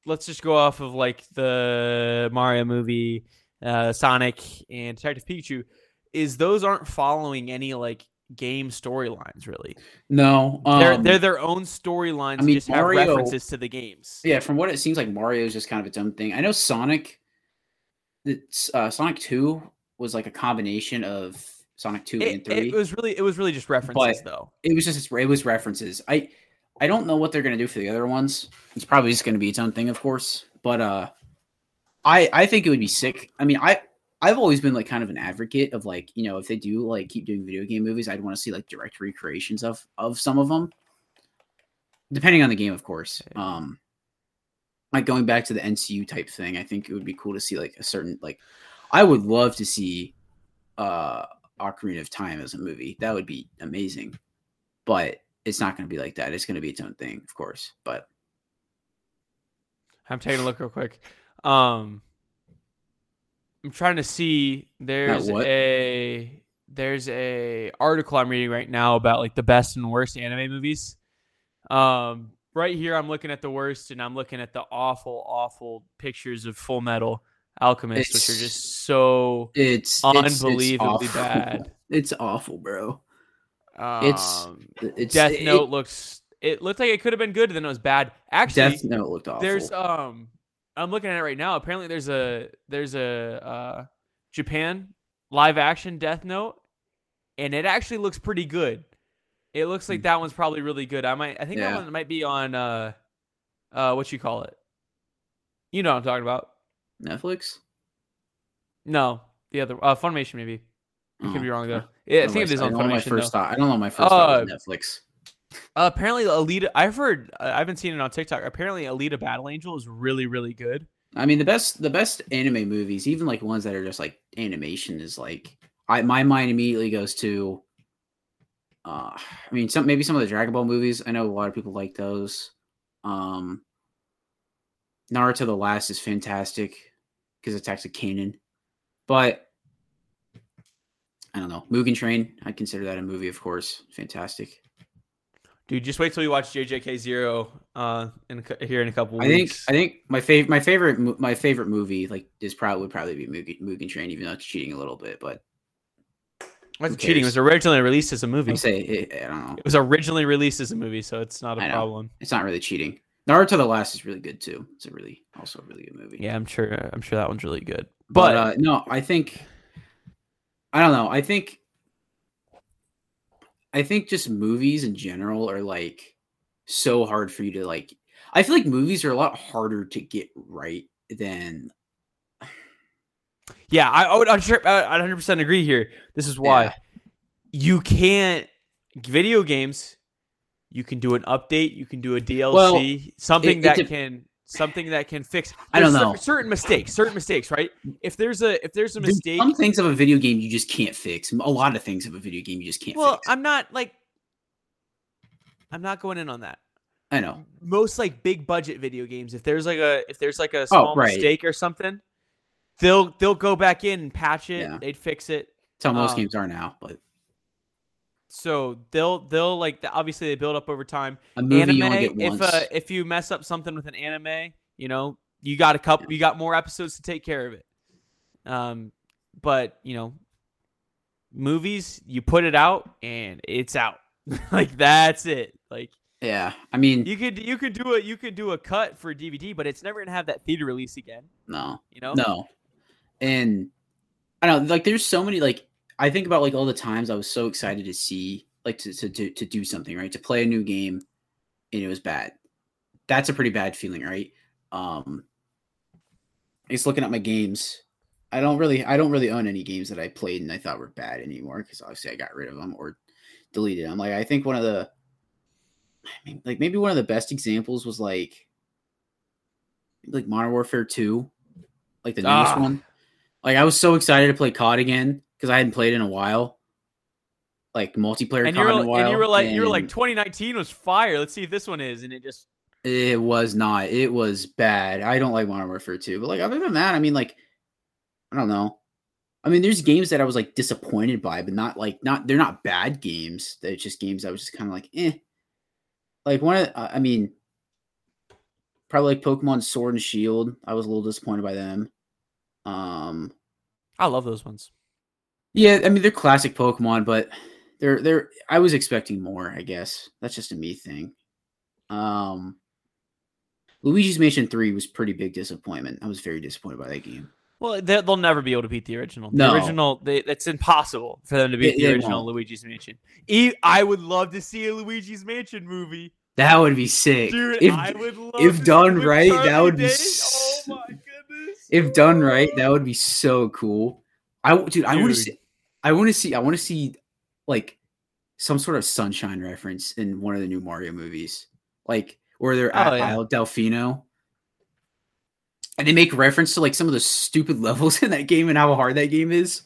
let's just go off of like the Mario movie, uh, Sonic and Detective Pikachu, is those aren't following any like game storylines really. no they're um, they're their own storylines. I mean, just have Mario- references to the games. yeah from what it seems like mario is just kind of its own thing i know sonic it's uh sonic 2 was like a combination of sonic 2 and It, 3 it was really it was really just references though. it was just it was references. I I don't know what they're gonna do for the other ones. It's probably just gonna be its own thing, of course. But uh, I I think it would be sick. I mean, I I've always been like kind of an advocate of like you know if they do like keep doing video game movies, I'd want to see like direct recreations of of some of them, depending on the game, of course. Um, like going back to the NCU type thing, I think it would be cool to see like a certain like I would love to see uh Ocarina of Time as a movie. That would be amazing but it's not going to be like that. It's going to be its own thing, of course. But I'm taking a look real quick. Um, I'm trying to see. There's what? a there's a article I'm reading right now about like the best and worst anime movies. Um, right here I'm looking at the worst, and I'm looking at the awful, awful pictures of Full Metal Alchemist, which are It's- just so it's it's- it's unbelievably awful. bad. It's awful, bro. Um, It's- It's Death it- Note looks. It looked like it could have been good, then it was bad. Actually, Death Note looked awful. there's um i'm looking at it right now apparently there's a there's a uh japan live action death note and it actually looks pretty good it looks like Mm. that one's probably really good i might i think Yeah. that one might be on uh uh what you call it you know what i'm talking about Netflix. no the other uh funimation maybe i Oh, could be wrong I though don't yeah i know think it why- is on I don't know my funimation first though. thought. I don't know. My first thought Uh, was Netflix. Uh, apparently, Alita. I've heard. I haven't seen it on TikTok. Apparently, Alita Battle Angel is really, really good. I mean, the best the best anime movies, even like ones that are just like animation, is like I my mind immediately goes to. Uh, I mean, some maybe some of the Dragon Ball movies. I know a lot of people like those. Um, Naruto the Last is fantastic because it's actually canon, but I don't know Mugen Train. I consider that a movie, of course. Fantastic. Dude, just wait till you watch JJK Zero uh, in a cou- here in a couple I think weeks. I think my favorite my favorite mo- my favorite movie like is probably would probably be Mugen, Mugen Train, even though it's cheating a little bit. But That's who cheating. It cares? was originally released as a movie. I say it, I don't know, It was originally released as a movie, so it's not a I know. problem. it's not really cheating. Naruto the Last is really good too. It's a really also a really good movie. Yeah, I'm sure. I'm sure that one's really good. but, But uh, no, I think I don't know. I think I think just movies in general are like so hard for you to like. I feel like movies are a lot harder to get right than yeah, I, I would. I'm sure. I 100 percent agree here. This is why Yeah. you can't video games. You can do an update. You can do a DLC. something it- it that dep- can something that can fix. I don't there's cer- know. certain mistakes. Certain mistakes, right? If there's a if there's a There's mistake, Some things of a video game you just can't fix. A lot of things of a video game you just can't well, fix. I'm not like I'm not going in on that. I know. most like big budget video games if there's like a if there's like a small Oh, right. mistake or something they'll they'll go back in and patch it Yeah. they'd fix it That's how most Um, games are now. But so they'll they'll like th- obviously they build up over time a movie you only get anime if once. uh, if you mess up something with an anime you know you got a couple you got more episodes to take care of it um but you know movies you put it out and it's out like that's it like yeah, I mean, you could you could do a you could do a cut for DVD, but it's never gonna have that theater release again. no, You know? no, and I don't know. Like, there's so many. Like, I think about like all the times I was so excited to see, like, to to to, to do something, right? To play a new game, and it was bad. That's a pretty bad feeling, right? Um, just looking at my games. I don't really, I don't really own any games that I played and I thought were bad anymore because obviously I got rid of them or deleted them. Like I think one of the, I mean, like maybe one of the best examples was like, like Modern Warfare Two, like the newest Ah. one. Like I was so excited to play COD again because I hadn't played in a while, like multiplayer And you COD were in a while. and you were like you were like and 2019 was fire. Let's see if this one is, and it just it was not. It was bad. I don't like Modern Warfare 2. But like other than that, I mean like I don't know. I mean there's games that I was like disappointed by, but not like not they're not bad games. They're just games I was just kind of like, eh. Like one of the- I I mean probably like Pokemon Sword and Shield. I was a little disappointed by them. Um I love those ones. yeah, I mean they're classic Pokemon, but they're they're I was expecting more, I guess. That's just a me thing. Um Luigi's Mansion 3 was pretty big disappointment. I was very disappointed by that game. Well, they- they'll never be able to beat the original. The No. original, they, it's impossible for them to beat They- the they original won't. Luigi's Mansion. E- I would love to see a Luigi's Mansion movie, That would be sick. dude. if I would love if to see done with right, that Charlie would be Day. s- Oh my goodness! if done right, that would be so cool. I dude, I want to Dude. see I want to see I want to see like some sort of sunshine reference in one of the new Mario movies. Like where they're at Oh, yeah. Isle Delfino. And they make reference to like some of the stupid levels in that game and how hard that game is.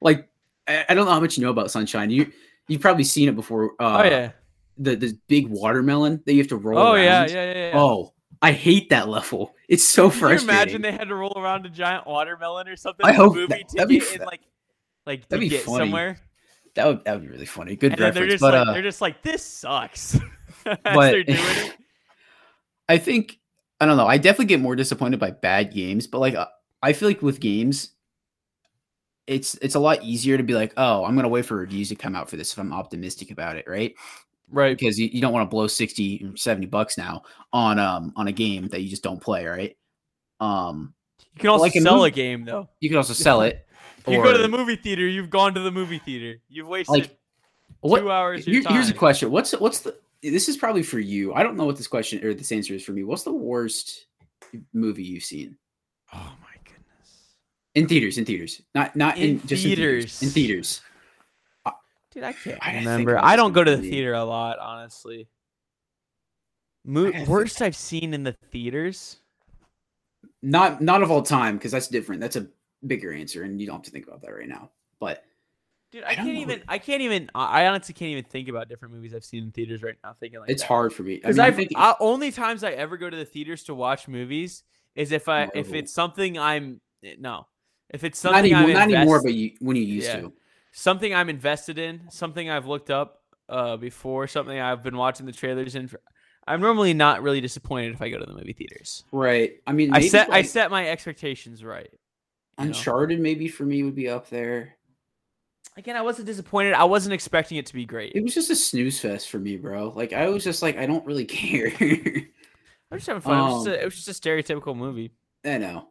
Like I, I don't know how much you know about Sunshine. You you've probably seen it before. Uh, oh yeah, The the big watermelon that you have to roll. oh yeah, around. yeah, yeah, yeah. Oh, I hate that level. It's so Can you frustrating. imagine they had to roll around a giant watermelon or something? I in the hope movie that- to that'd be get f- in, like, like to that'd be get funny. somewhere. That would that would be really funny. Good And then they're reference, just but like uh, they're just like this sucks. As but- they're doing it. I think I don't know. I definitely get more disappointed by bad games, but like uh, I feel like with games, it's it's a lot easier to be like, oh, I'm gonna wait for reviews to come out for this if I'm optimistic about it, right? Right. Because you, you don't want to blow 60 or 70 bucks now on um on a game that you just don't play, right? Um, You can also like a sell movie- a game though. you can also sell it. you go to or- the movie theater. You've gone to the movie theater. You've wasted Like, what two hours. Of your Here- time. here's a question what's what's the this is probably for you i don't know what this question or this answer is for me what's the worst movie you've seen Oh my goodness, in theaters in theaters not not in, In just in theaters in theaters. theaters Dude, I can't I think remember. I I, was don't go to the confused. theater a lot, honestly. Mo- I think- worst I've seen in the theaters. Not not of all time because that's different. That's a bigger answer, and you don't have to think about that right now. But Dude, I I, don't can't know. even. I can't even. I I honestly can't even think about different movies I've seen in theaters right now. Thinking like it's that. hard for me because mean, I I'm have thinking- I, only times I ever go to the theaters to watch movies is if I if Marvel. it's something I'm eh, no if it's not, something anymore, I'm not anymore, invest- but you, when you used Yeah. to. something I'm invested in, something I've looked up uh, before, something I've been watching the trailers in. For, I'm normally not really disappointed if I go to the movie theaters. Right. I mean, I maybe, set I like, set my expectations right. you know? Uncharted maybe for me would be up there. Again, I wasn't disappointed. I wasn't expecting it to be great. It was just a snooze fest for me, bro. Like I was just like, I don't really care. I was just having fun. it, was just Um, a, it was just a stereotypical movie. I know.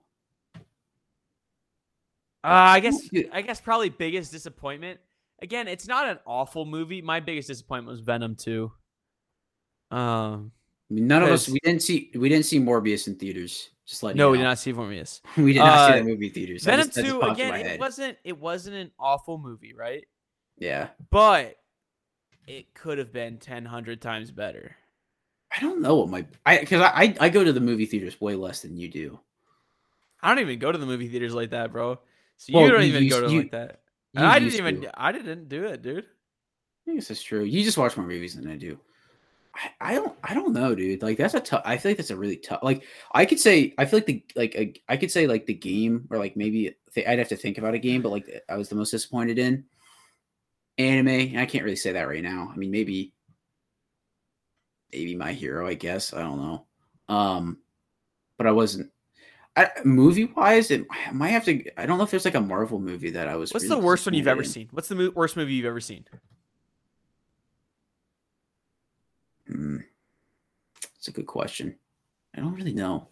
Uh, I guess you- I guess probably biggest disappointment. Again, it's not an awful movie. My biggest disappointment was Venom 2. Um, I mean, none of us Because- we didn't see we didn't see Morbius in theaters. Just let no, we you did know. not see Morbius. we did not see Uh, that movie in theaters. That Venom just- that just 2 popped in again, my it head. wasn't it wasn't an awful movie, right? Yeah, but it could have been 10 100 times better I don't know what my I because I, I I go to the movie theaters way less than you do. i don't even go to the movie theaters like that bro so you Well, don't you even used- go to you- like that You And i didn't used even to. i didn't do it dude I guess that's true. You just watch more movies than I do. I, I don't I don't know, dude. Like that's a tough. I feel like that's a really tough. Like I could say I feel like the like a, I could say like the game or like maybe th- I'd have to think about a game, but like I was the most disappointed in anime. I can't really say that right now. I mean, maybe maybe my hero. I guess I don't know. Um, but I wasn't. I, movie wise, it I might have to. I don't know if there's like a Marvel movie that I was. what's really the worst one you've ever disappointed in. seen what's the mo- worst movie you've ever seen Hmm. That's a good question. I don't really know.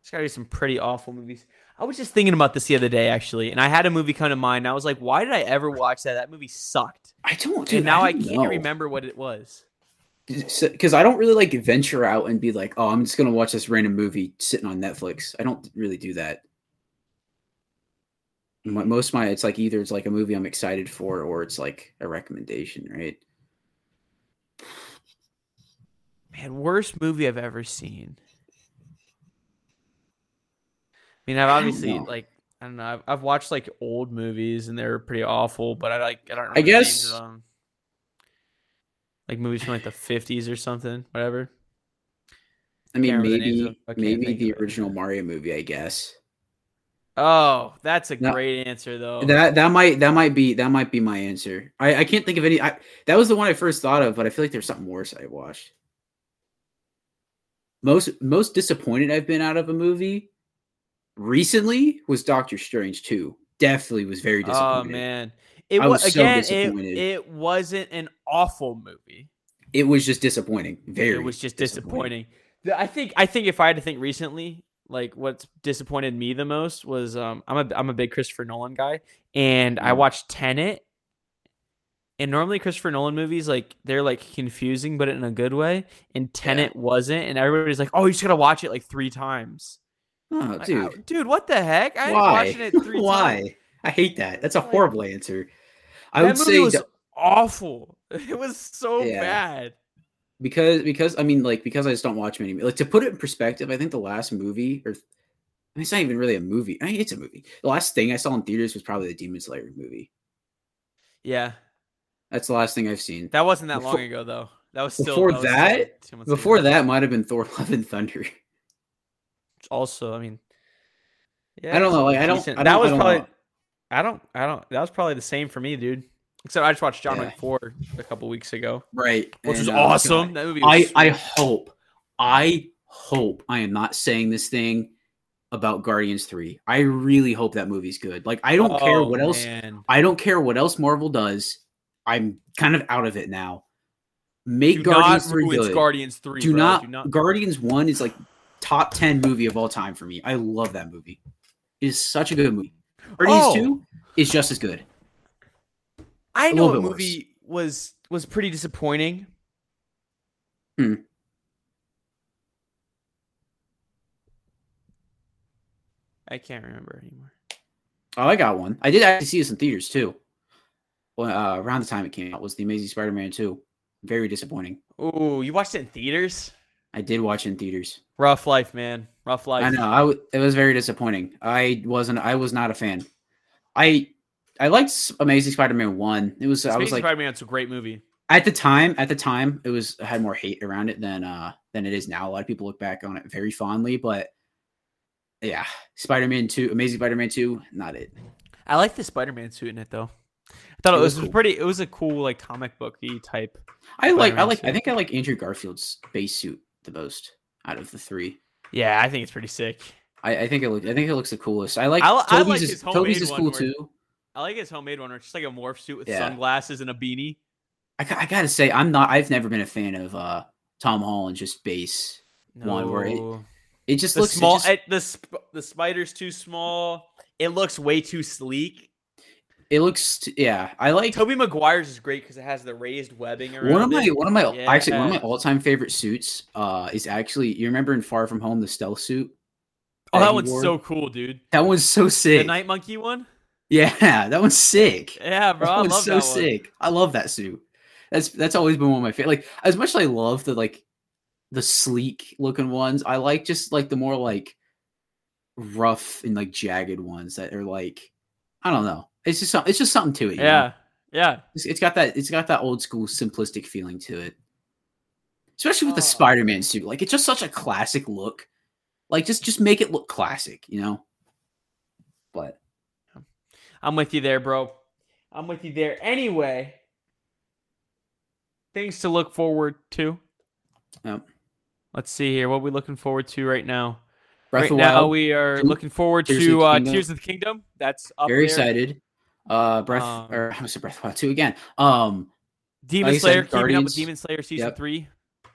it's gotta be some pretty awful movies i was just thinking about this the other day actually and i had a movie come to mind and i was like why did i ever watch that that movie sucked I don't. Dude, and now i, don't can't know. remember what it was because I don't really like venture out and be like, oh, I'm just gonna watch this random movie sitting on Netflix. I don't really do that. My, most of my it's like either it's like a movie I'm excited for or it's like a recommendation, right? man worst movie i've ever seen i mean i've I don't obviously know. like i don't know I've, I've watched like old movies and they're pretty awful but i like i don't remember I the names guess- of them. like movies from like the 50s or something whatever I mean, remember the names of- maybe I can't maybe think the of it. original Mario movie, I guess. oh that's a No. great answer though That that might that might be that might be my answer. I I can't think of any. I that was the one I first thought of, but I feel like there's something worse I watched. Most most disappointed I've been out of a movie recently was Doctor Strange two. Definitely was very oh disappointed. man it I was, was so again disappointed. it, it wasn't an awful movie It was just disappointing. Very. it was just disappointing. disappointing. The- I think I think if I had to think recently, like what's disappointed me the most was um I'm a I'm a big Christopher Nolan guy and I Mm. watched Tenet. And normally Christopher Nolan movies like they're like confusing but in a good way and Tenet wasn't and everybody's like, "Oh, you just got to watch it like 3 times." Oh, Like, dude. I- dude, what the heck? I ain't why? watching it 3 why? times. I hate that. That's a Like- horrible answer. I that would movie say was Do- awful. It was so Yeah. bad. because because I mean like because I just don't watch many like to put it in perspective. I think the last movie or it's not even really a movie. I mean, it's a movie. The last thing I saw in theaters was probably the Demon Slayer movie. Yeah. That's the last thing I've seen. That wasn't that long Before- ago though. That was still before was still that- like, two months ago. Before that might have been Thor: Love and Thunder. also, I mean, yeah, I don't it's know. Like I don't. decent. I don't that was I don't probably. know. I don't. I don't. That was probably the same for me, dude. Except I just watched John Yeah. Wick Four a couple weeks ago, right, which was and, uh, awesome. God. That movie. I Was, I hope I hope I am not saying this thing about Guardians Three. I really hope that movie's good. Like I don't care Oh, what else man. I don't care what else Marvel does. I'm kind of out of it now. Make Do Guardians not 3 ruin good. Guardians Three. do, bro. not, Do not. Guardians 1 is like top 10 movie of all time for me. I love that movie. It is such a good movie. Guardians Oh. 2 is just as good. I a know little what bit worse. movie was was pretty disappointing. Hmm. I can't remember anymore. Oh, I got one. I did actually see this in theaters too. Well, uh, around the time it came out was the Amazing Spider-Man two. Very disappointing. Ooh, you watched it in theaters? I did watch it in theaters. Rough life, man. Rough life. I know. I w- it was very disappointing. I wasn't. I was not a fan. I I liked S- Amazing Spider-Man one. It was. I was Amazing like Spider-Man, it's a great movie. at the time. At the time, it was I had more hate around it than uh than it is now. A lot of people look back on it very fondly, but yeah, Spider-Man two, Amazing Spider-Man two, not it. I like the Spider-Man suit in it though. I thought It it, was was, cool. pretty. It was a cool like comic booky type. I like. I Spider-Man like. I suit. think I like Andrew Garfield's base suit the most out of the three. Yeah, I think it's pretty sick. I, I think it look. I think it looks the coolest. I like. I li- I Toby's like is, his Toby's homemade is one cool where- too. I like his homemade one, or just like a morph suit with Yeah. sunglasses and a beanie. I, ca- I gotta say, I'm not. I've never been a fan of uh Tom Holland just base. One where it No. It just the looks it small. just- It, It, the sp- the spider's too small. It looks way too sleek. looks. t- Yeah, I like. Toby Maguire's is great because it has the raised webbing around. One of my it. one of my actually one of my Yeah. all time favorite suits uh is actually you remember in Far From Home the stealth suit Oh, he that one's wore? so cool, dude. that one's so The sick night monkey one. yeah that one's sick Yeah, bro. that I one's love so that one. sick I love that suit that's that's always been one of my favorite like as much as I love the like the sleek looking ones I like just like the more like rough and like jagged ones that are like I don't know it's just some- it's just something to it you know? Yeah, yeah. It's, it's got that it's got that old school simplistic feeling to it. Especially with the Oh. Spider-Man suit. Like it's just such a classic look. Like just just make it look classic, you know? But I'm with you there, bro. I'm with you there. Anyway, things to look forward to. Yep. Let's see here. What are we looking forward to right now? Breath right of the now, Wild, we are two, looking forward Tears of to the uh, Kingdom. Tears of the Kingdom. That's up very there. excited. Uh Breath Um, or I was Breath of the Wild 2 again. Um Demon Like you said, Slayer, keeping up Guardians. with Demon Slayer season Yep. three.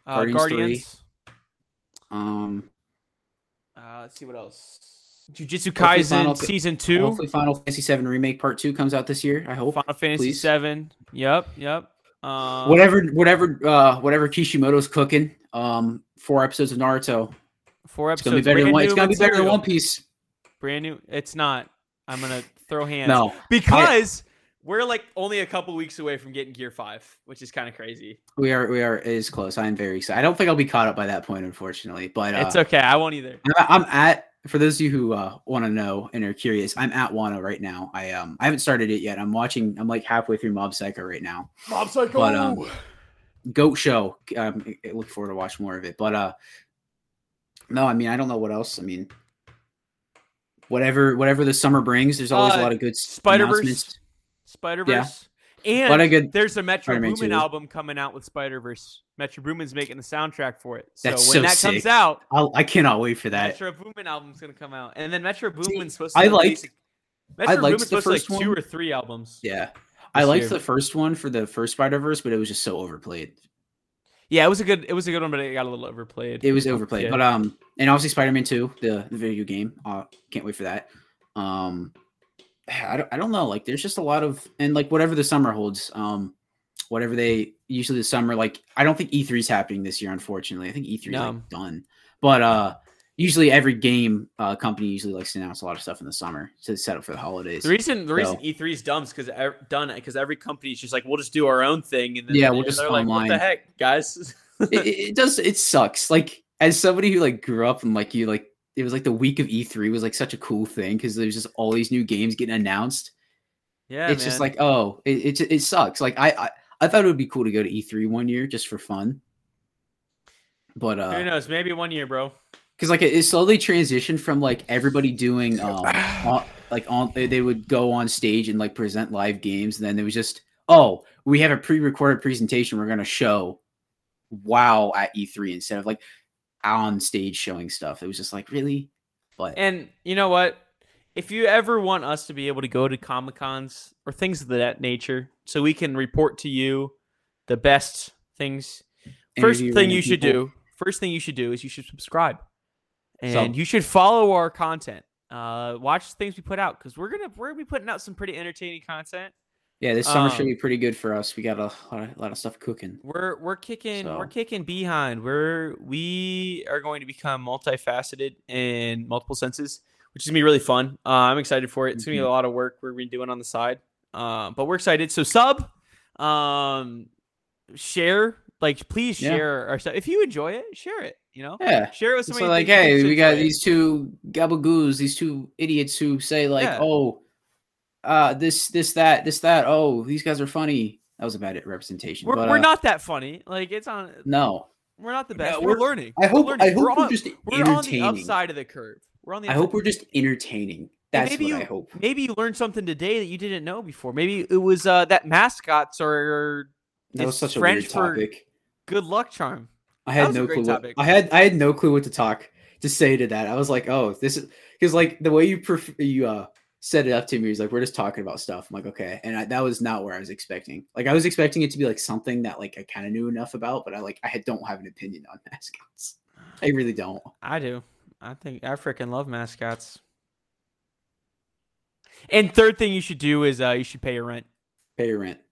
Uh, Guardians Guardians. three. um Uh, let's see what else. Jujutsu Hopefully Final Kaisen Fa- season two. hopefully Final Fantasy 7 remake part 2 comes out this year, I hope. Final Fantasy please. seven. Yep, yep. Um, whatever whatever uh whatever Kishimoto's cooking, um four episodes of Naruto. Four It's going to episodes. be better than brand one, it's new going to be better than material. One Piece. Brand new. It's not. I'm gonna throw hands. No. because we're like only a couple weeks away from getting Gear Five, which is kind of crazy. We are, we are, it is close. I am very excited. I don't think I'll be caught up by that point, unfortunately. But uh, it's okay. I won't either. I'm, I'm at for those of you who uh, want to know and are curious. I'm at Wano right now. I um, I haven't started it yet. I'm watching. I'm like halfway through Mob Psycho right now. Mob Psycho. But, um, Goat Show. Um, I- I look forward to watch more of it. But uh, no, I mean, I don't know what else. I mean, whatever, whatever the summer brings. There's always a Uh, lot of good s- Spider-Verse. announcements. Spider Verse. And What a good. there's a Metro Spider-Man Boomin two. album coming out with Spider Verse. Metro Boomin's making the soundtrack for it. So That's when so that sick. comes out, I'll, I cannot wait for that. Metro Boomin album's gonna come out, and then Metro See, Boomin's supposed to. I release- liked- Metro liked Boomin's the supposed to like first two one. or three albums. Yeah. I this liked year. the first one for the first Spider Verse, but it was just so overplayed. Yeah, it was a good. It was a good one, but it got a little overplayed. It was overplayed. Yeah. But um, and obviously Spider Man Two, the, the video game. Uh, can't wait for that. Um, I don't, I don't know. Like, there's just a lot of and like whatever the summer holds. Um, whatever they usually the summer. Like, I don't think E3 is happening this year. Unfortunately, I think E3 is No. like, done. But uh, usually every game uh, company usually likes to announce a lot of stuff in the summer to set up for the holidays. The reason the reason So- E three is dumb is because done because every company's just like we'll just do our own thing and then Yeah, we'll they're- just they're like what the online." heck guys it, it it does it sucks like as somebody who like grew up and like you like it was like the week of e3 was like such a cool thing because there's just all these new games getting announced yeah it's just man. like oh it, it, ju- it sucks like I, I i thought it would be cool to go to e3 one year just for fun but who uh knows maybe one year bro because like it, it slowly transitioned from like everybody doing um on, like on they- they would go on stage and like present live games and then it was just oh we have a pre-recorded presentation we're going to show wow at e3 instead of like on stage showing stuff it was just like really but and you know what if you ever want us to be able to go to comic cons or things of that nature so we can report to you the best things first interview thing random you should people- do first thing you should do is you should subscribe and So- you should follow our content uh watch the things we put out because we're gonna we're gonna be putting out some pretty entertaining content yeah this summer should um, be pretty good for us we got a lot of, lot of stuff cooking We're we're kicking we're So- kicking behind. We're we are going to become multifaceted in multiple senses. which is gonna be really fun. Uh, I'm excited for it. It's Mm-hmm. gonna be a lot of work we're gonna be doing on the side, uh, but we're excited. So sub, um, share, like please Yeah. share our stuff. If you enjoy it, share it. You know, Yeah. share it It's with somebody. you like, think would hey, also we got enjoy it. these two gabagoos, these two idiots who say like, Yeah. oh, uh, this, this, that, this, that. Oh, these guys are funny. That was a bad representation. We're, but, we're uh, not that funny. Like it's on. No, We're not the No, best. we're, we're- learning. I hope. We're learning. I hope we're, we're, on, just we're on the entertaining. upside of the curve. We're on the. I upside- hope we're just entertaining. That's what maybe I you- hope. Maybe you learned something today that you didn't know before. Maybe it was uh, that mascots are That was it's such French a for- weird topic. good luck charm. I That had was a no great clue. What, topic. I had I had no clue what to talk to say to that. I was like, oh, this is because like the way you pref- you uh set it up to me is like we're just talking about stuff. I'm like, okay, and I, that was not where I was expecting. Like I was expecting it to be like something that like I kind of knew enough about, but I like I had- don't have an opinion on mascots. I really don't. I do. I think I freaking love mascots. And third thing you should do is uh, you should pay your rent. Pay your rent.